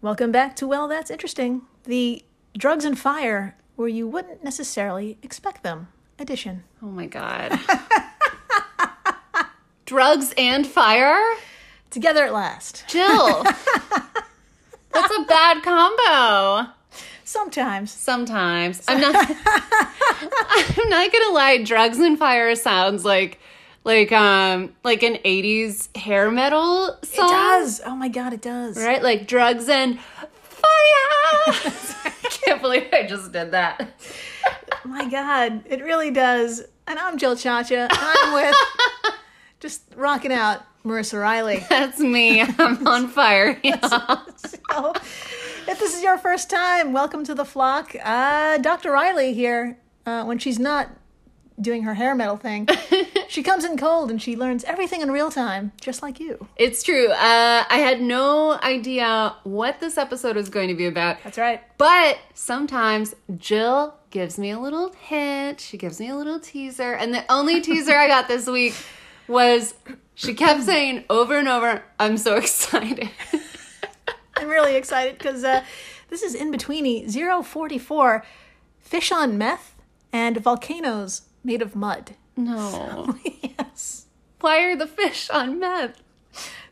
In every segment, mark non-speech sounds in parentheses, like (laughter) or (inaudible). Welcome back to Well, That's Interesting, the drugs and fire where you wouldn't necessarily expect them edition. Oh my God. (laughs) Drugs and fire? Together at last. Jill. That's a bad combo. Sometimes. Sometimes. I'm not (laughs) I'm not gonna lie, drugs and fire sounds like like um like an 80s hair metal song. It does. Oh my God, it does. Right? Like drugs (laughs) and fire. (laughs) I can't believe I just did that. My God, it really does. And I'm Jill Chacha. I'm with just rocking out Marissa Riley. That's me. I'm on fire. y'all. (laughs) So, if this is your first time, welcome to the flock. Uh, Dr. Riley here, uh, when she's not doing her hair metal (laughs) thing, she comes in cold and she learns everything in real time, just like you. It's true. Uh, I had no idea what this episode was going to be about. That's right. But sometimes Jill gives me a little hint. She gives me a little teaser. And (laughs) the only teaser I got this week was she kept saying over and over, I'm so (laughs) excited. I'm really excited because uh, this is in betweeny 044 fish on meth and volcanoes made of mud. (laughs) No. yes. Why are the fish on meth?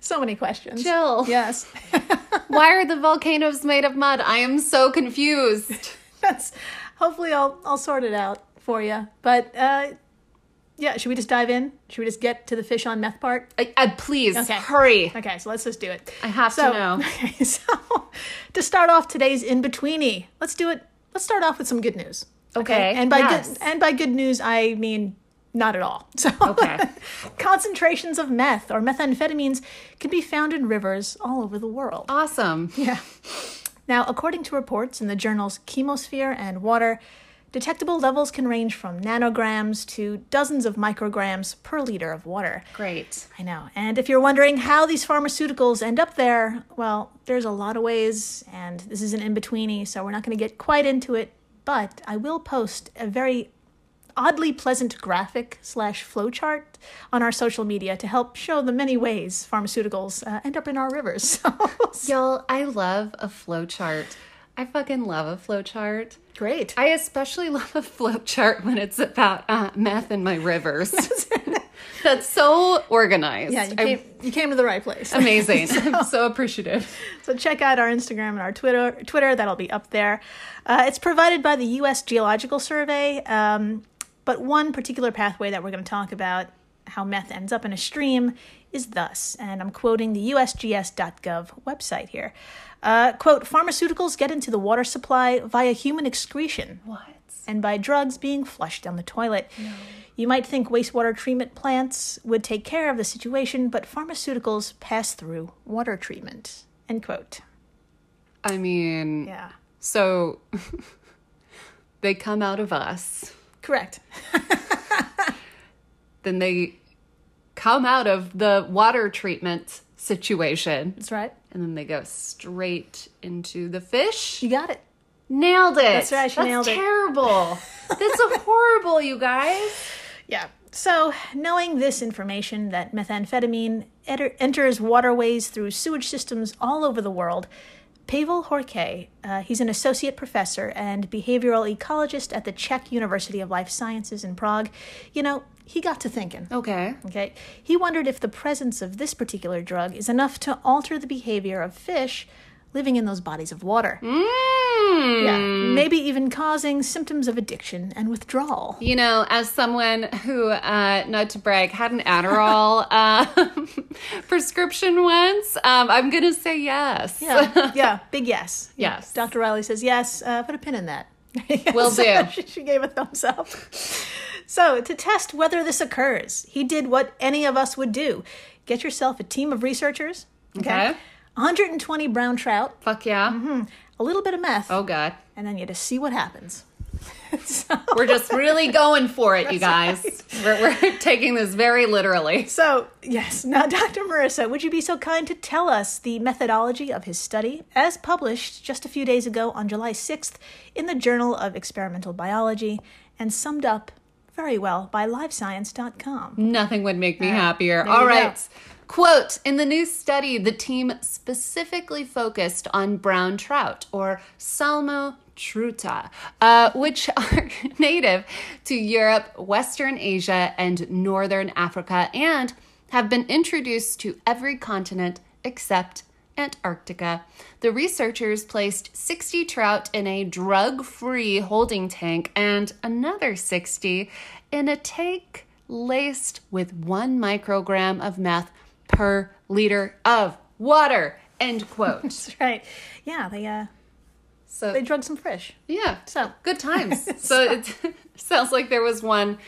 So many questions. Jill, (laughs) Yes. why are the volcanoes made of mud? I am (laughs) so confused. That's hopefully I'll I'll sort it out for you. But uh, yeah, should we just dive in? Should we just get to the fish on meth part? I, I, please, Okay. hurry. Okay, so let's just do it. I have So, to know. (laughs) okay, so to start off today's in betweeny, let's do it. Let's start off with some good news. Okay, And by yes. good and by good news, I mean not at all. (laughs) So Okay. concentrations of meth or methamphetamines can be found in rivers all over the world. Awesome. Yeah. Now, according to reports in the journals Chemosphere and Water, detectable levels can range from nanograms to dozens of micrograms per liter of water. Great. I know. And if you're wondering how these pharmaceuticals end up there, well, there's a lot of ways, and this is an in betweeny, so we're not going to get quite into it. But I will post a very oddly pleasant graphic slash flowchart on our social media to help show the many ways pharmaceuticals uh, end up in our rivers. (laughs) So, Y'all, I love a flowchart. I fucking love a flowchart. great. I especially (laughs) love a flowchart when it's about uh, meth in (laughs) my rivers. That's so organized. Yeah, you I'm came, you came to the right place. amazing. I'm so appreciative. (laughs) so check out our Instagram and our Twitter. Twitter that'll be up there. Uh, it's provided by the U.S. Geological Survey, um, but one particular pathway that we're going to talk about how meth ends up in a stream is thus, and I'm quoting the USGS.gov website here. Uh, quote: Pharmaceuticals get into the water supply via human excretion What? and by drugs being flushed down the toilet. You might think wastewater treatment plants would take care of the situation, but pharmaceuticals pass through water treatment. End quote. I mean, Yeah. so (laughs) they come out of us, Correct. then they come out of the water treatment situation, That's right. and then they go straight into the fish. You got it. Nailed it. That's right, she nailed it. terrible. (laughs) That's a horrible, you guys. Yeah. So, knowing this information that methamphetamine enter- enters waterways through sewage systems all over the world, Pavel Horke, uh, he's an associate professor and behavioral ecologist at the Czech University of Life Sciences in Prague, you know, he got to thinking. Okay. Okay. He wondered if the presence of this particular drug is enough to alter the behavior of fish living in those bodies of water. Mm. Yeah. Maybe even causing symptoms of addiction and withdrawal. You know, as someone who, uh, not to brag, had an (laughs) Adderall uh, (laughs) prescription once, um, I'm going to say yes. Yeah. yeah. Big yes. Yes. Dr. Riley says yes. Uh, put a pin in that. (laughs) Will So do. she- (laughs) she gave a thumbs up. So, to test whether this occurs, he did what any of us would do get yourself a team of researchers. Okay. 120 brown trout, (laughs) Fuck yeah. a little bit of meth, Oh, God. and then you just see what happens. (laughs) so, We're just really going for it, (laughs) you guys. We're, we're (laughs) taking this very literally. so, yes, now, (laughs) Dr. Marissa, would you be so kind to tell us the methodology of his study, as published just a few days ago on July 6th in the Journal of Experimental Biology and summed up very well by livescience.com. Nothing would make me right. happier. Uh, There All you go. right. Quote In the new study, the team specifically focused on brown trout or Salmo truta, uh, which (laughs) are native to Europe, Western Asia, and Northern Africa, and have been introduced to every continent except Antarctica. The researchers placed 60 trout in a drug free holding tank and another 60 in a tank laced with one microgram of meth per liter of water. End (laughs) quote. Right. Yeah, they uh So, they drug some fish. yeah. So. (laughs) good times. So, it (laughs) sounds like there was one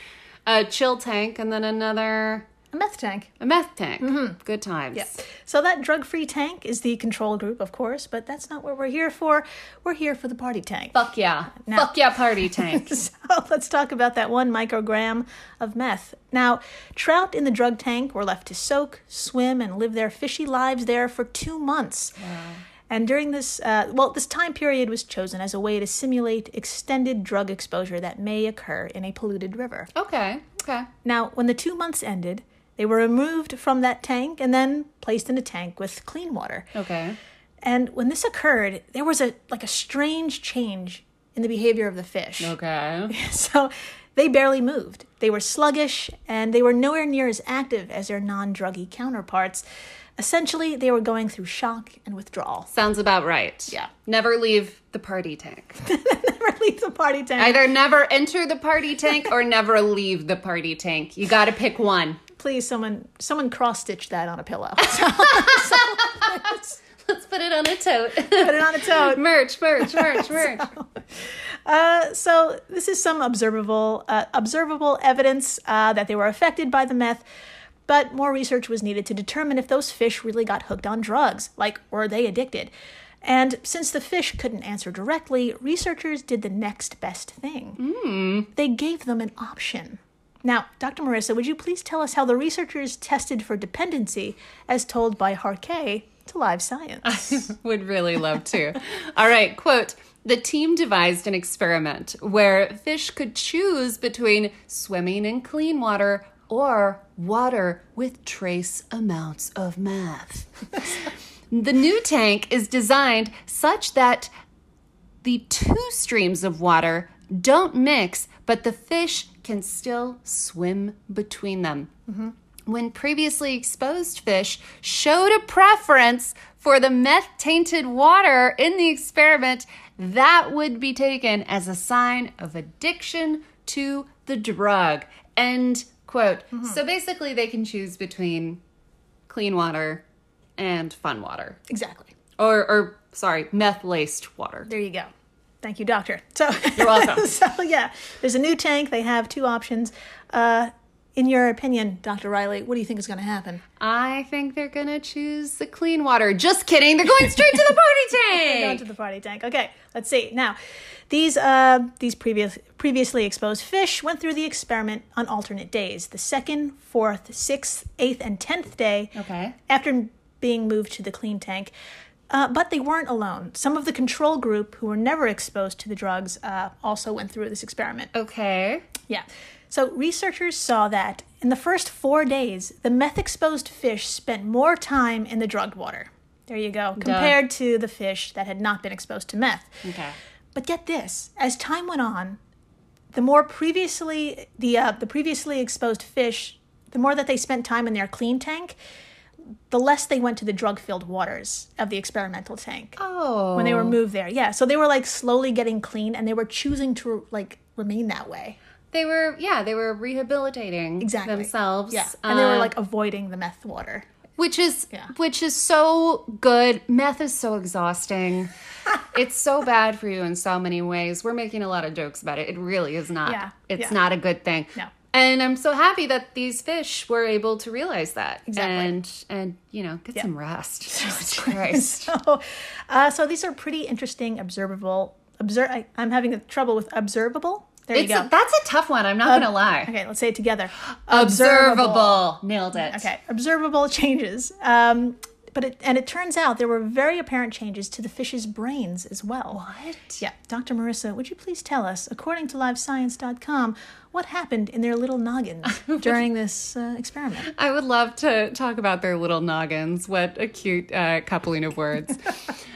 uh, chill tank and then another A meth tank. a meth tank. Mm-hmm. Good times. So that drug-free tank is the control group, of course, but that's not what we're here for. We're here for the party tank. Fuck yeah. Now- Fuck yeah, party tank. (laughs) So let's talk about that one microgram of meth. Now, trout in the drug tank were left to soak, swim, and live their fishy lives there for two months. And during this, uh, well, this time period was chosen as a way to simulate extended drug exposure that may occur in a polluted river. Okay. Okay. Now, when the two months ended, they were removed from that tank and then placed in a tank with clean water. Okay. And when this occurred, there was a like a strange change in the behavior of the fish. Okay. (laughs) So they barely moved. They were sluggish and they were nowhere near as active as their non druggy counterparts. Essentially, they were going through shock and withdrawal. (laughs) Sounds about right. Yeah. Never leave the party (laughs) tank. Never leave the party tent. Either never enter the party tank or never leave the party tank. You got to pick one. Please, someone someone cross stitch that on a pillow. (laughs) Let's put it on a tote. Put it on its own. (laughs) merch, merch, merch, merch. Uh, so this is some observable uh, observable evidence uh, that they were affected by the meth but more research was needed to determine if those fish really got hooked on drugs like were they addicted and since the fish couldn't answer directly researchers did the next best thing they gave them an option now dr marissa would you please tell us how the researchers tested for dependency as told by harkay to live science (laughs) Would really love to. All right, quote The team devised an experiment where fish could choose between swimming in clean water or water with trace amounts of meth. (laughs) the new tank is designed such that the two streams of water don't mix, but the fish can still swim between them. When previously exposed fish showed a preference for the meth tainted water in the experiment, that would be taken as a sign of addiction to the drug. End quote. So basically, they can choose between clean water and fun water exactly or or sorry, meth laced water. There you go. Thank you, doctor. So You're (laughs) welcome. so yeah, there's a new tank. They have two options. Uh, in your opinion, Dr. Riley, what do you think is going to happen? I think they're gonna choose the clean water. Just kidding. They're going straight to the (laughs) party Down tank. to the party tank. Okay, let's see. Now, these uh, these previous previously exposed fish went through the experiment on alternate days: the second, fourth, sixth, eighth, and tenth day. Okay. After being moved to the clean tank. Uh, but they weren't alone. Some of the control group who were never exposed to the drugs uh, also went through this experiment. Okay. Yeah. So researchers saw that in the first four days, the meth exposed fish spent more time in the drugged water. There you go, compared to the fish that had not been exposed to meth. Okay. But get this: as time went on, the more previously the uh, the previously exposed fish, the more that they spent time in their clean tank, the less they went to the drug-filled waters of the experimental tank Oh. when they were moved there. Yeah, so they were like slowly getting clean, and they were choosing to like remain that way. They were yeah, they were rehabilitating exactly themselves. Yeah, and they were uh, like avoiding the meth water. which is Yeah. which is so good. Meth is so (laughs) exhausting. it's so bad for you in so many ways. We're making a lot of jokes about it. It really is not. Yeah, It's yeah. not a good thing. No. And I'm so happy that these fish were able to realize that. Exactly. And and you know, get some (laughs) rest. Jesus Christ. So, uh, so these are pretty interesting observable. Observe. I, I'm having trouble with observable. There It's you go. a, that's a tough one. I'm not gonna lie. okay, let's say (gasps) it together. Observable. Nailed it. Okay, observable changes um, but it, and it turns out there were very apparent changes to the fish's brains as well. What? Yeah. Dr. Marissa, would you please tell us, according to livescience.com, what happened in their little (laughs) noggins during this uh, experiment? I would love to talk about their little noggins. What a cute uh, coupling of words.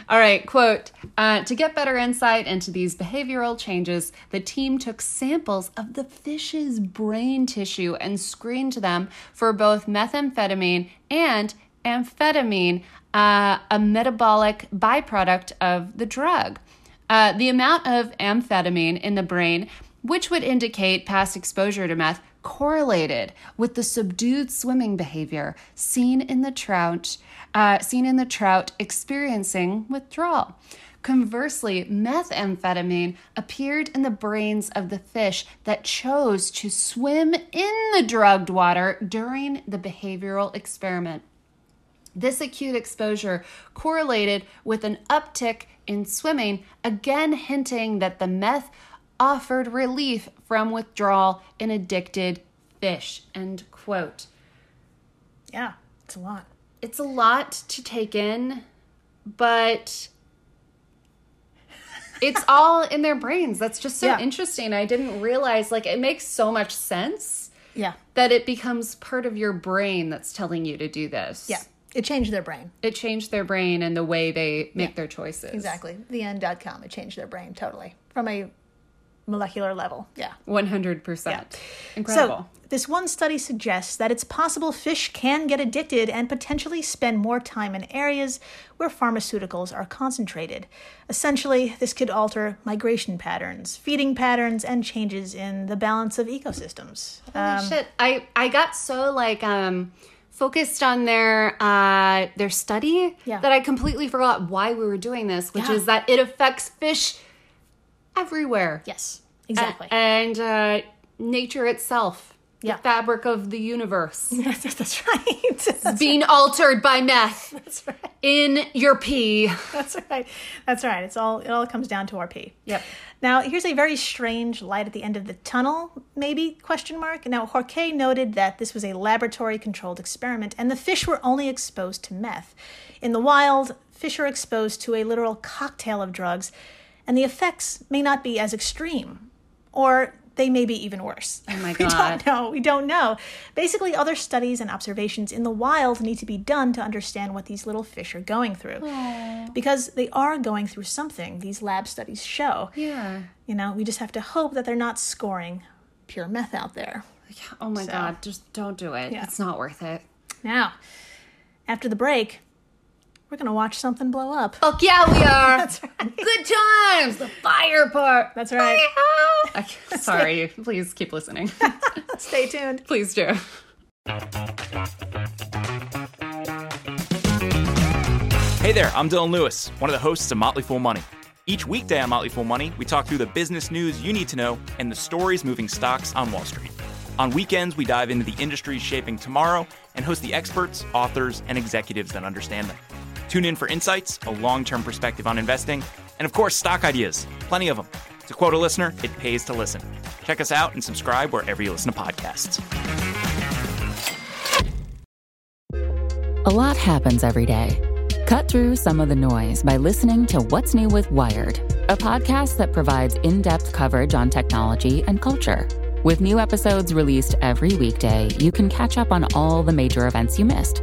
All right, quote uh, To get better insight into these behavioral changes, the team took samples of the fish's brain tissue and screened them for both methamphetamine and amphetamine, uh, a metabolic byproduct of the drug. Uh, the amount of amphetamine in the brain, which would indicate past exposure to meth, correlated with the subdued swimming behavior seen in the trout, uh, seen in the trout experiencing withdrawal. Conversely, methamphetamine appeared in the brains of the fish that chose to swim in the drugged water during the behavioral experiment. This acute exposure correlated with an uptick in swimming, again hinting that the meth offered relief from withdrawal in addicted fish. End quote. Yeah, it's a lot. It's a lot to take in, but (laughs) it's all in their brains. That's just so Yeah. interesting. I didn't realize, like, it makes so much sense Yeah. that it becomes part of your brain that's telling you to do this. Yeah. It changed their brain. it changed their brain and the way they make their choices. Exactly. The end.com. It changed their brain totally from a molecular level. Yeah. 100%. Incredible. So, this one study suggests that it's possible fish can get addicted and potentially spend more time in areas where pharmaceuticals are concentrated. Essentially, this could alter migration patterns, feeding patterns, and changes in the balance of ecosystems. Uh, Holy shit. I, I got so like um focused on their uh their study Yeah. that I completely forgot why we were doing this, which Yeah. is that it affects fish everywhere. yes, A- exactly. And uh nature itself. Yeah. The fabric of the universe (laughs) that's right. being altered by meth that's right. in your pee. (laughs) That's right. That's right. It's all it all comes down to our pee. Yep. Now here's a very strange light at the end of the tunnel, maybe question mark. Now Jorge noted that this was a laboratory controlled experiment and the fish were only exposed to meth. In the wild, fish are exposed to a literal cocktail of drugs, and the effects may not be as extreme. Or they may be even worse. Oh my (laughs) we God. don't know. We don't know. Basically, other studies and observations in the wild need to be done to understand what these little fish are going through because they are going through something these lab studies show Yeah. you know we just have to hope that they're not scoring pure meth out there Oh my god, just don't do it. It's not worth it. now after the break we're gonna watch something blow up Fuck yeah, we are. (laughs) That's right. Good times. The fire part. That's right. Fire. Okay, sorry. Please keep listening. (laughs) stay tuned Please do. Hey there, I'm Dylan Lewis, one of the hosts of Motley Fool Money. Each weekday on Motley Fool Money, we talk through the business news you need to know and the stories moving stocks on Wall Street. On weekends, we dive into the industries shaping tomorrow and host the experts, authors, and executives that understand them. Tune in for insights, a long term perspective on investing, and of course, stock ideas. Plenty of them. To quote a listener, it pays to listen. Check us out and subscribe wherever you listen to podcasts. A lot happens every day. Cut through some of the noise by listening to What's New with Wired, a podcast that provides in depth coverage on technology and culture. With new episodes released every weekday, you can catch up on all the major events you missed.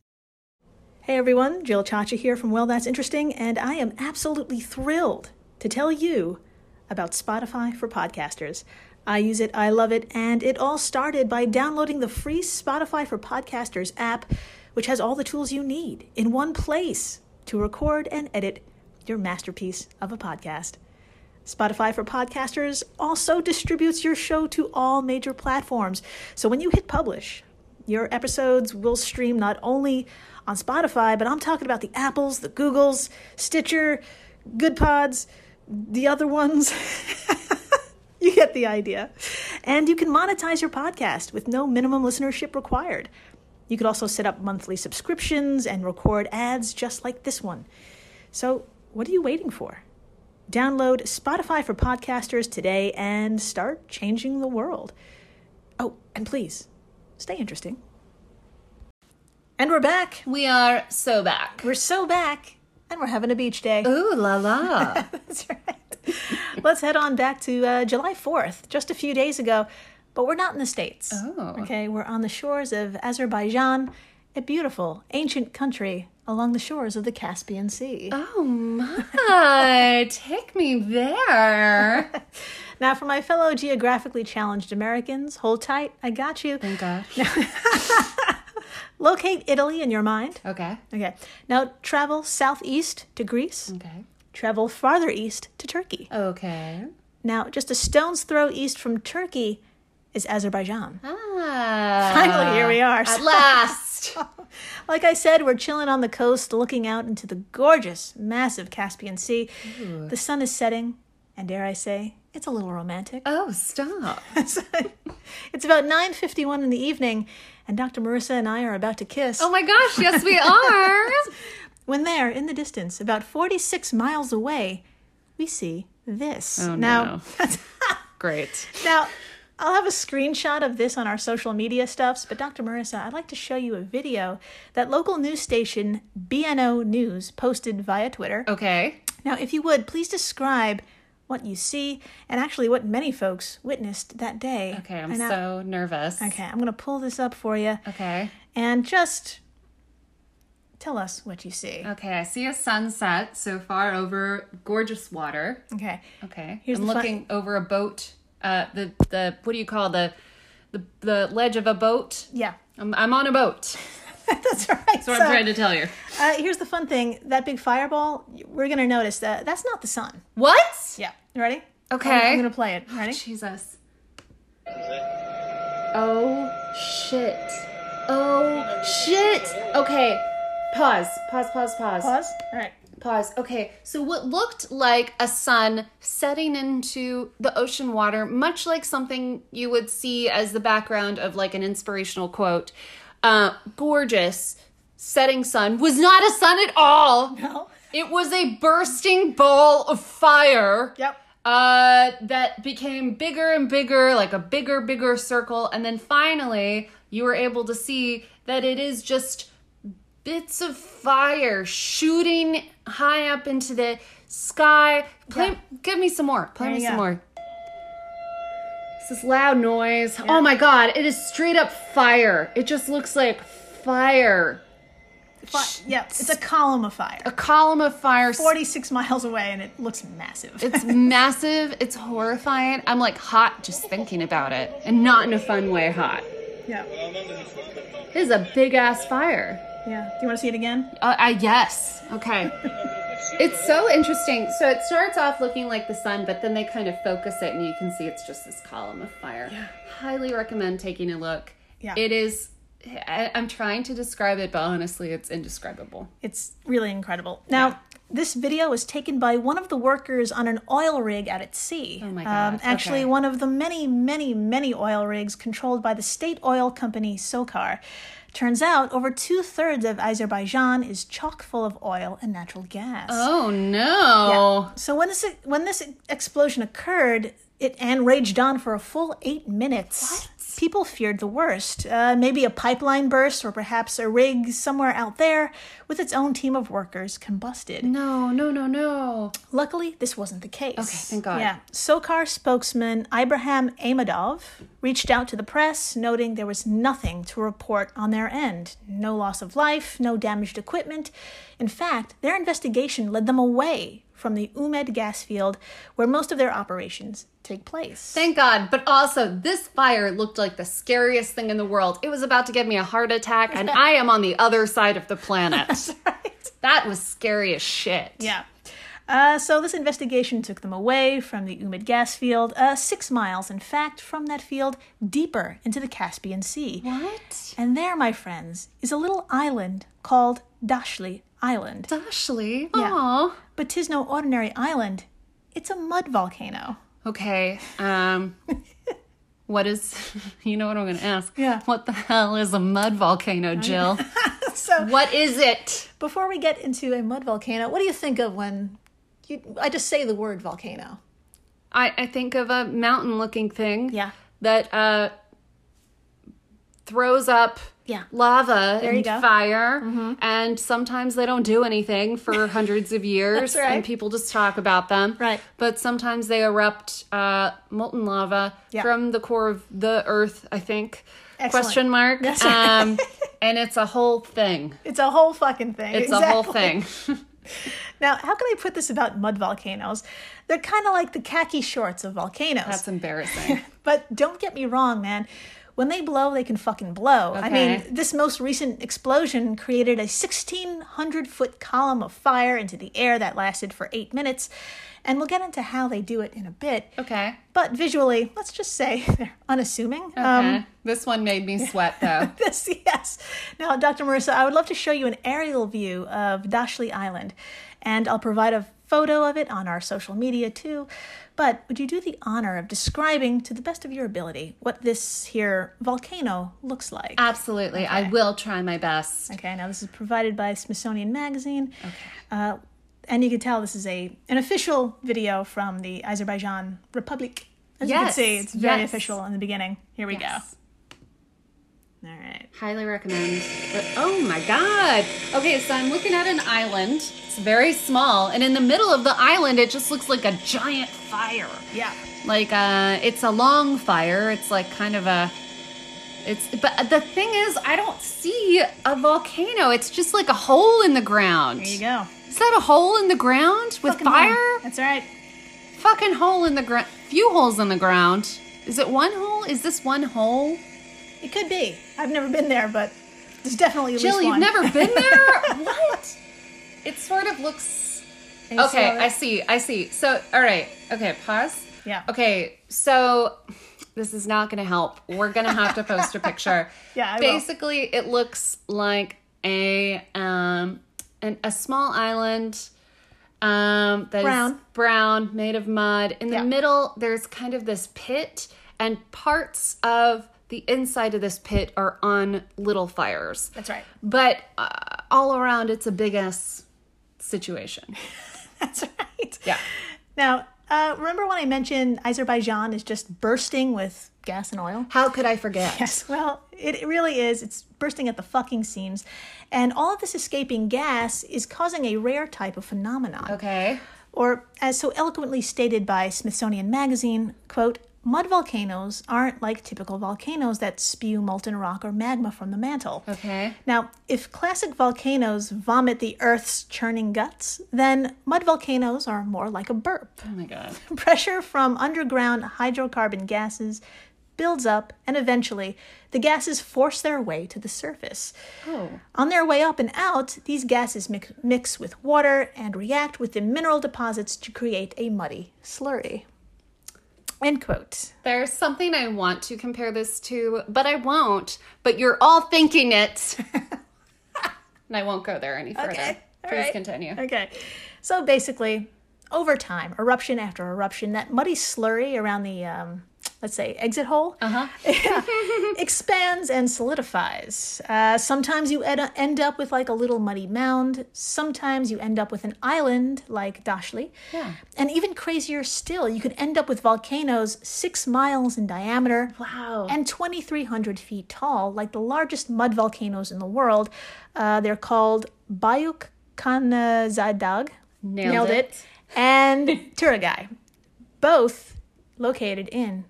Hey everyone, Jill Chacha here from Well That's Interesting, and I am absolutely thrilled to tell you about Spotify for podcasters. I use it, I love it, and it all started by downloading the free Spotify for Podcasters app, which has all the tools you need in one place to record and edit your masterpiece of a podcast. Spotify for Podcasters also distributes your show to all major platforms. So when you hit publish, your episodes will stream not only on Spotify, but I'm talking about the Apples, the Googles, Stitcher, Good Pods, the other ones. (laughs) you get the idea. And you can monetize your podcast with no minimum listenership required. You could also set up monthly subscriptions and record ads just like this one. So, what are you waiting for? Download Spotify for Podcasters today and start changing the world. Oh, and please, stay interesting. And we're back. We are so back. We're so back, and we're having a beach day. Ooh la la. That's right. Let's head on back to uh, July 4th, just a few days ago, but we're not in the States. Oh. Okay, we're on the shores of Azerbaijan, a beautiful, ancient country along the shores of the Caspian Sea. (laughs) oh my. Take me there. Now, for my fellow geographically challenged Americans, hold tight, I got you. Thank God. Locate Italy in your mind. Okay. Okay, now travel southeast to Greece, Okay. travel farther east to Turkey. Okay. Now, just a stone's throw east from Turkey is Azerbaijan. Ah. Finally, here we are. At last. Like I said, we're chilling on the coast, looking out into the gorgeous, massive Caspian Sea. The sun is setting, and dare I say, it's a little romantic. oh, stop. It's about 9:51 in the evening, and Dr. Marissa and I are about to kiss. Oh my gosh. Yes, we are. When there, in the distance, about 46 miles away, we see this. Oh, now, (laughs) (laughs) Great. now, I'll have a screenshot of this on our social media stuffs, but Dr. Marissa, I'd like to show you a video that local news station BNO News posted via Twitter. Okay. Now, if you would, please describe what you see and actually what many folks witnessed that day. Okay. I'm And I- so Uh, nervous. okay, I'm going to pull this up for you Okay. and just tell us what you see. Okay. I see a sunset so far over gorgeous water. Okay. Okay. Here's I'm the fun- looking over a boat. Uh, the the what do you call the the the ledge of a boat? Yeah. (laughs) I'm, I'm on a boat. That's right. That's That's what I'm trying to tell you. uh, here's the fun thing that big fireball, we're going to notice that that's not the sun. What? Yeah. You ready? Okay. I'm, I'm going to play it. Ready? Jesus. Oh shit. Oh shit. Okay. Pause. Pause. Pause. Pause. Pause. All right. Pause. Okay, so what looked like a sun setting into the ocean water, much like something you would see as the background of like an inspirational quote, uh, gorgeous setting sun was not a sun at all. No. It was a bursting ball of fire. Yep. Uh, that became bigger and bigger, like a bigger, bigger circle. And then finally, you were able to see that it is just bits of fire shooting high up into the sky. Play, Give me some more. Play There me you some go. more. This is loud noise. Oh my god, it is straight up fire. It just looks like fire. Fi- yeah. It's a column of fire. A column of fire. 46 miles away, and it looks massive. (laughs) It's massive. It's horrifying. I'm like hot just thinking about it, and not in a fun way hot. yeah. This is a big ass fire. Yeah. Do you want to see it again? Uh, I yes. Okay. (laughs) it's so interesting. So it starts off looking like the sun, but then they kind of focus it, and you can see it's just this column of fire. Highly recommend taking a look. Yeah. It is. I, I'm trying to describe it, but honestly, it's indescribable. It's really incredible. Now, this video was taken by one of the workers on an oil rig out at sea. Oh my God, actually, okay. one of the many, many, many oil rigs controlled by the state oil company SOCAR. Turns out, over two thirds of Azerbaijan is chock full of oil and natural gas. Oh no! So when this when this explosion occurred, it and raged on for a full eight minutes. People feared the worst. Uh, maybe a pipeline burst, or perhaps a rig somewhere out there with its own team of workers combusted. No, no, no, no. Luckily, this wasn't the case. Okay, thank God. Yeah. SOCAR spokesman Ibrahim Amadov reached out to the press, noting there was nothing to report on their end no loss of life, no damaged equipment. In fact, their investigation led them away from the Umed gas field where most of their operations take place. Thank God. But also, this fire looked like the scariest thing in the world. It was about to give me a heart attack, and I am on the other side of (laughs) the planet. That was scary as shit. Yeah. Uh, so this investigation took them away from the Umid gas field, uh, six miles, in fact, from that field deeper into the Caspian Sea. What? And there, my friends, is a little island called Dashli Island. Ashley? Yeah. Aw. But 'tis no ordinary island. It's a mud volcano. Oh, Okay. (laughs) Um, what is, you know what I'm going to ask? Yeah. What the hell is a mud volcano, Jill? (laughs) So what is it? before we get into a mud volcano, what do you think of when you, I just say the word volcano? I, I think of a mountain looking thing. Yeah. That uh, throws up Yeah. lava you and go. Mm-hmm. fire. And sometimes they don't do anything (laughs) for hundreds of years. That's right. And people just talk about them. Right. But sometimes they erupt uh, molten lava Yeah. from the core of the earth, I think. Excellent. Question mark. That's right. um, (laughs) and it's a whole thing. It's a whole fucking thing. It's a whole thing. Now, how can I put this about mud volcanoes? They're kind of like the khaki shorts of volcanoes. That's embarrassing. (laughs) But don't get me wrong, man. When they blow, they can fucking blow. I mean, Okay. this most recent explosion created a 1,600 foot column of fire into the air that lasted for eight minutes. And we'll get into how they do it in a bit. Okay. But visually, let's just say (laughs) they're unassuming. Um, Okay. Uh, this one made me sweat though. (laughs) Yes, yes. Now, Dr. Marissa, I would love to show you an aerial view of Dashley Island, and I'll provide a photo of it on our social media too. But would you do the honor of describing, to the best of your ability, what this here volcano looks like? Ah. Absolutely. I will try my best. Okay, now this is provided by Smithsonian Magazine. Okay. Uh, and you can tell this is a an official video from the Azerbaijan Republic. As you can Yes, see, it's very yes. official in the beginning. Here we Yes. go. All right. Highly recommend. But oh my god. Okay, so I'm looking at an island. It's very small, and in the middle of the island it just looks like a giant fire. Yeah. Like uh it's a long fire. It's like kind of a it's but the thing is I don't see a volcano. It's just like a hole in the ground. There you go. Is that a hole in the ground with Fucking fire? hell. That's all right. fucking hole in the ground. Few holes in the ground. Is it one hole? Is this one hole? It could be. I've never been there, but there's definitely at Jill, least you've one. never been there? (laughs) what? It sort of looks. And you see Okay, all that- I see. I see. So, all right. Okay, pause. Yeah. Okay, so this is not going to help. We're going to have to post a (laughs) picture. Yeah, I will. Basically, it looks like a um an, a small island um that is Brown. brown, made of mud. In the Yeah. middle, there's kind of this pit, and parts of the inside of this pit are on little fires. That's right. But uh, all around, it's a big ass situation. (laughs) That's right. Yeah. Now, uh, remember when I mentioned Azerbaijan is just bursting with gas and oil? How could I forget? Yes. (laughs) Well, it it really is. It's bursting at the fucking seams. And all of this escaping gas is causing a rare type of phenomenon. Okay. Or, as so eloquently stated by Smithsonian Magazine, quote, mud volcanoes aren't like typical volcanoes that spew molten rock or magma from the mantle. Okay. Now, if classic volcanoes vomit the Earth's churning guts, then mud volcanoes are more like a burp. (laughs) Oh my god. Pressure from underground hydrocarbon gases builds up, and eventually, the gases force their way to the surface. On their way up and out, these gases mix, mix with water and react with the mineral deposits to create a muddy slurry. End quote. There's something I want to compare this to, but I won't. But you're all (laughs) thinking it. and I won't go there any further. all Please right. continue. Okay. So basically, over time, eruption after eruption, that muddy slurry around the, um, let's say, exit hole Uh-huh. (laughs) expands and solidifies. Uh, sometimes you ed- end up with like a little muddy mound. Sometimes you end up with an island like Dashley. Yeah. And even crazier still, you could end up with volcanoes six miles in diameter. Wow. And 2,300 feet tall, like the largest mud volcanoes in the world. Uh, they're called Bayuk Khanzadagh. Nailed it. (laughs) And Turagai. Both located in,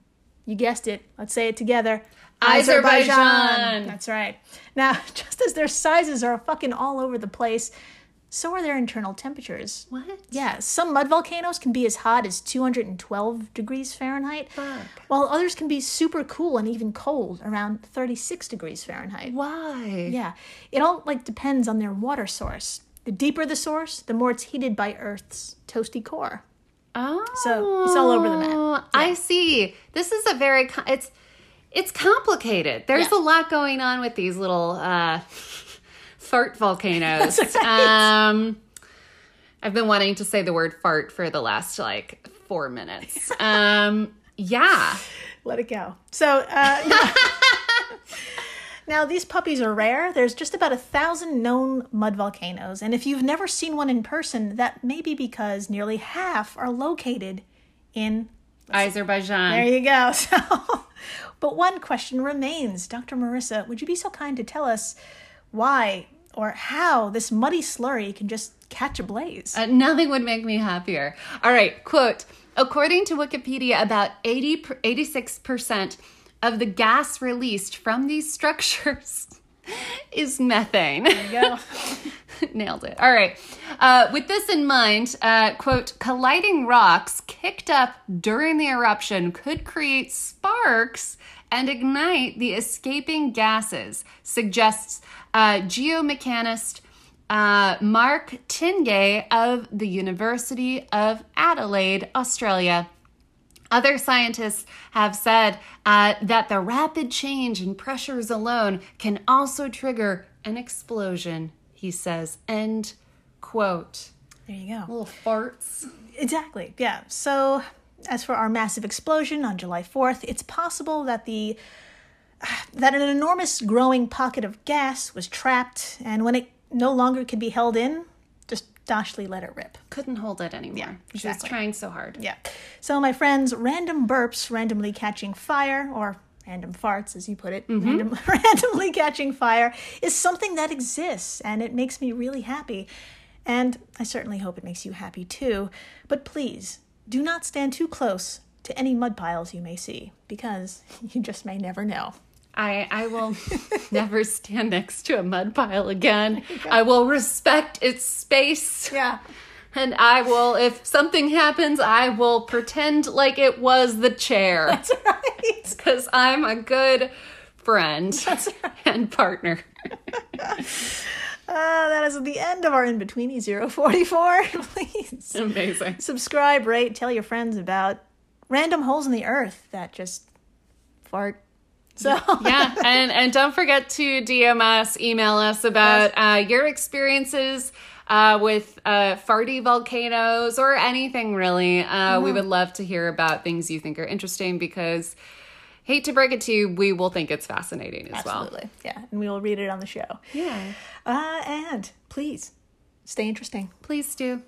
you guessed it, let's say it together. Azerbaijan. That's right. Now, (laughs) just as their sizes are fucking all over the place, so are their internal temperatures. What? Yeah, some mud volcanoes can be as hot as 212 degrees Fahrenheit, while others can be super cool and even cold, around 36 degrees Fahrenheit. Why? Yeah, it all like depends on their water source. The deeper the source, the more it's heated by Earth's toasty core. Oh. So, it's all over the map. I see. This is a very co- it's it's complicated. There's Yeah. a lot going on with these little uh (laughs) fart (laughs) volcanoes. That's right. Um I've been wanting to say the word fart for the last like (laughs) four minutes. Um, yeah. Let it go. So uh, (laughs) now these puppies are rare. There's just about a thousand known mud volcanoes, and if you've never seen one in person, that may be because nearly half are located in. Azerbaijan. There you go. (laughs) So, but one question remains, Dr. Marissa. Would you be so kind to tell us why or how this muddy slurry can just catch a blaze? Uh, nothing would make me happier. All right, quote According to Wikipedia, about 80, per- 86% of the gas released from these structures (laughs) is methane. There you go. (laughs) Nailed it. All right. Uh, with this in mind, uh, quote, colliding rocks kicked up during the eruption could create sparks and ignite the escaping gases, suggests uh, geomechanist uh, Mark Tingay of the University of Adelaide, Australia. Other scientists have said uh, that the rapid change in pressures alone can also trigger an explosion, he says. End quote. There you go. Little farts. Exactly. Yeah. So, as for our massive explosion on July 4th, it's possible that the that an enormous growing pocket of gas was trapped and when it no longer could be held in, just Dashley let it rip. Couldn't hold it anymore. Yeah, She was exactly. trying so hard. Yeah. So, my friends, random burps randomly catching fire, or random farts, as you put it, random, (laughs) randomly catching fire, is something that exists, and it makes me really happy. And I certainly hope it makes you happy too. But please, do not stand too close to any mud piles you may see, because (laughs) you just may never know. I, I will never stand next to a mud pile again. I will respect its space. Yeah. And I will, if something happens, I will pretend like it was the chair. (laughs) That's right. Because I'm a good (laughs) friend and partner. Uh, that is the end of our in betweeny 044. (laughs) please. (laughs) Amazing. subscribe, rate, tell your friends about random holes in the earth that just fart. So (laughs) Yeah, and and don't forget to DM us, email us about uh, your experiences uh, with uh, farty volcanoes or anything really. Uh, We would love to hear about things you think are interesting because, hate to break it to you, we will think it's fascinating as well. yeah, and we will read it on the show. Yeah, Uh, and please stay interesting. please do.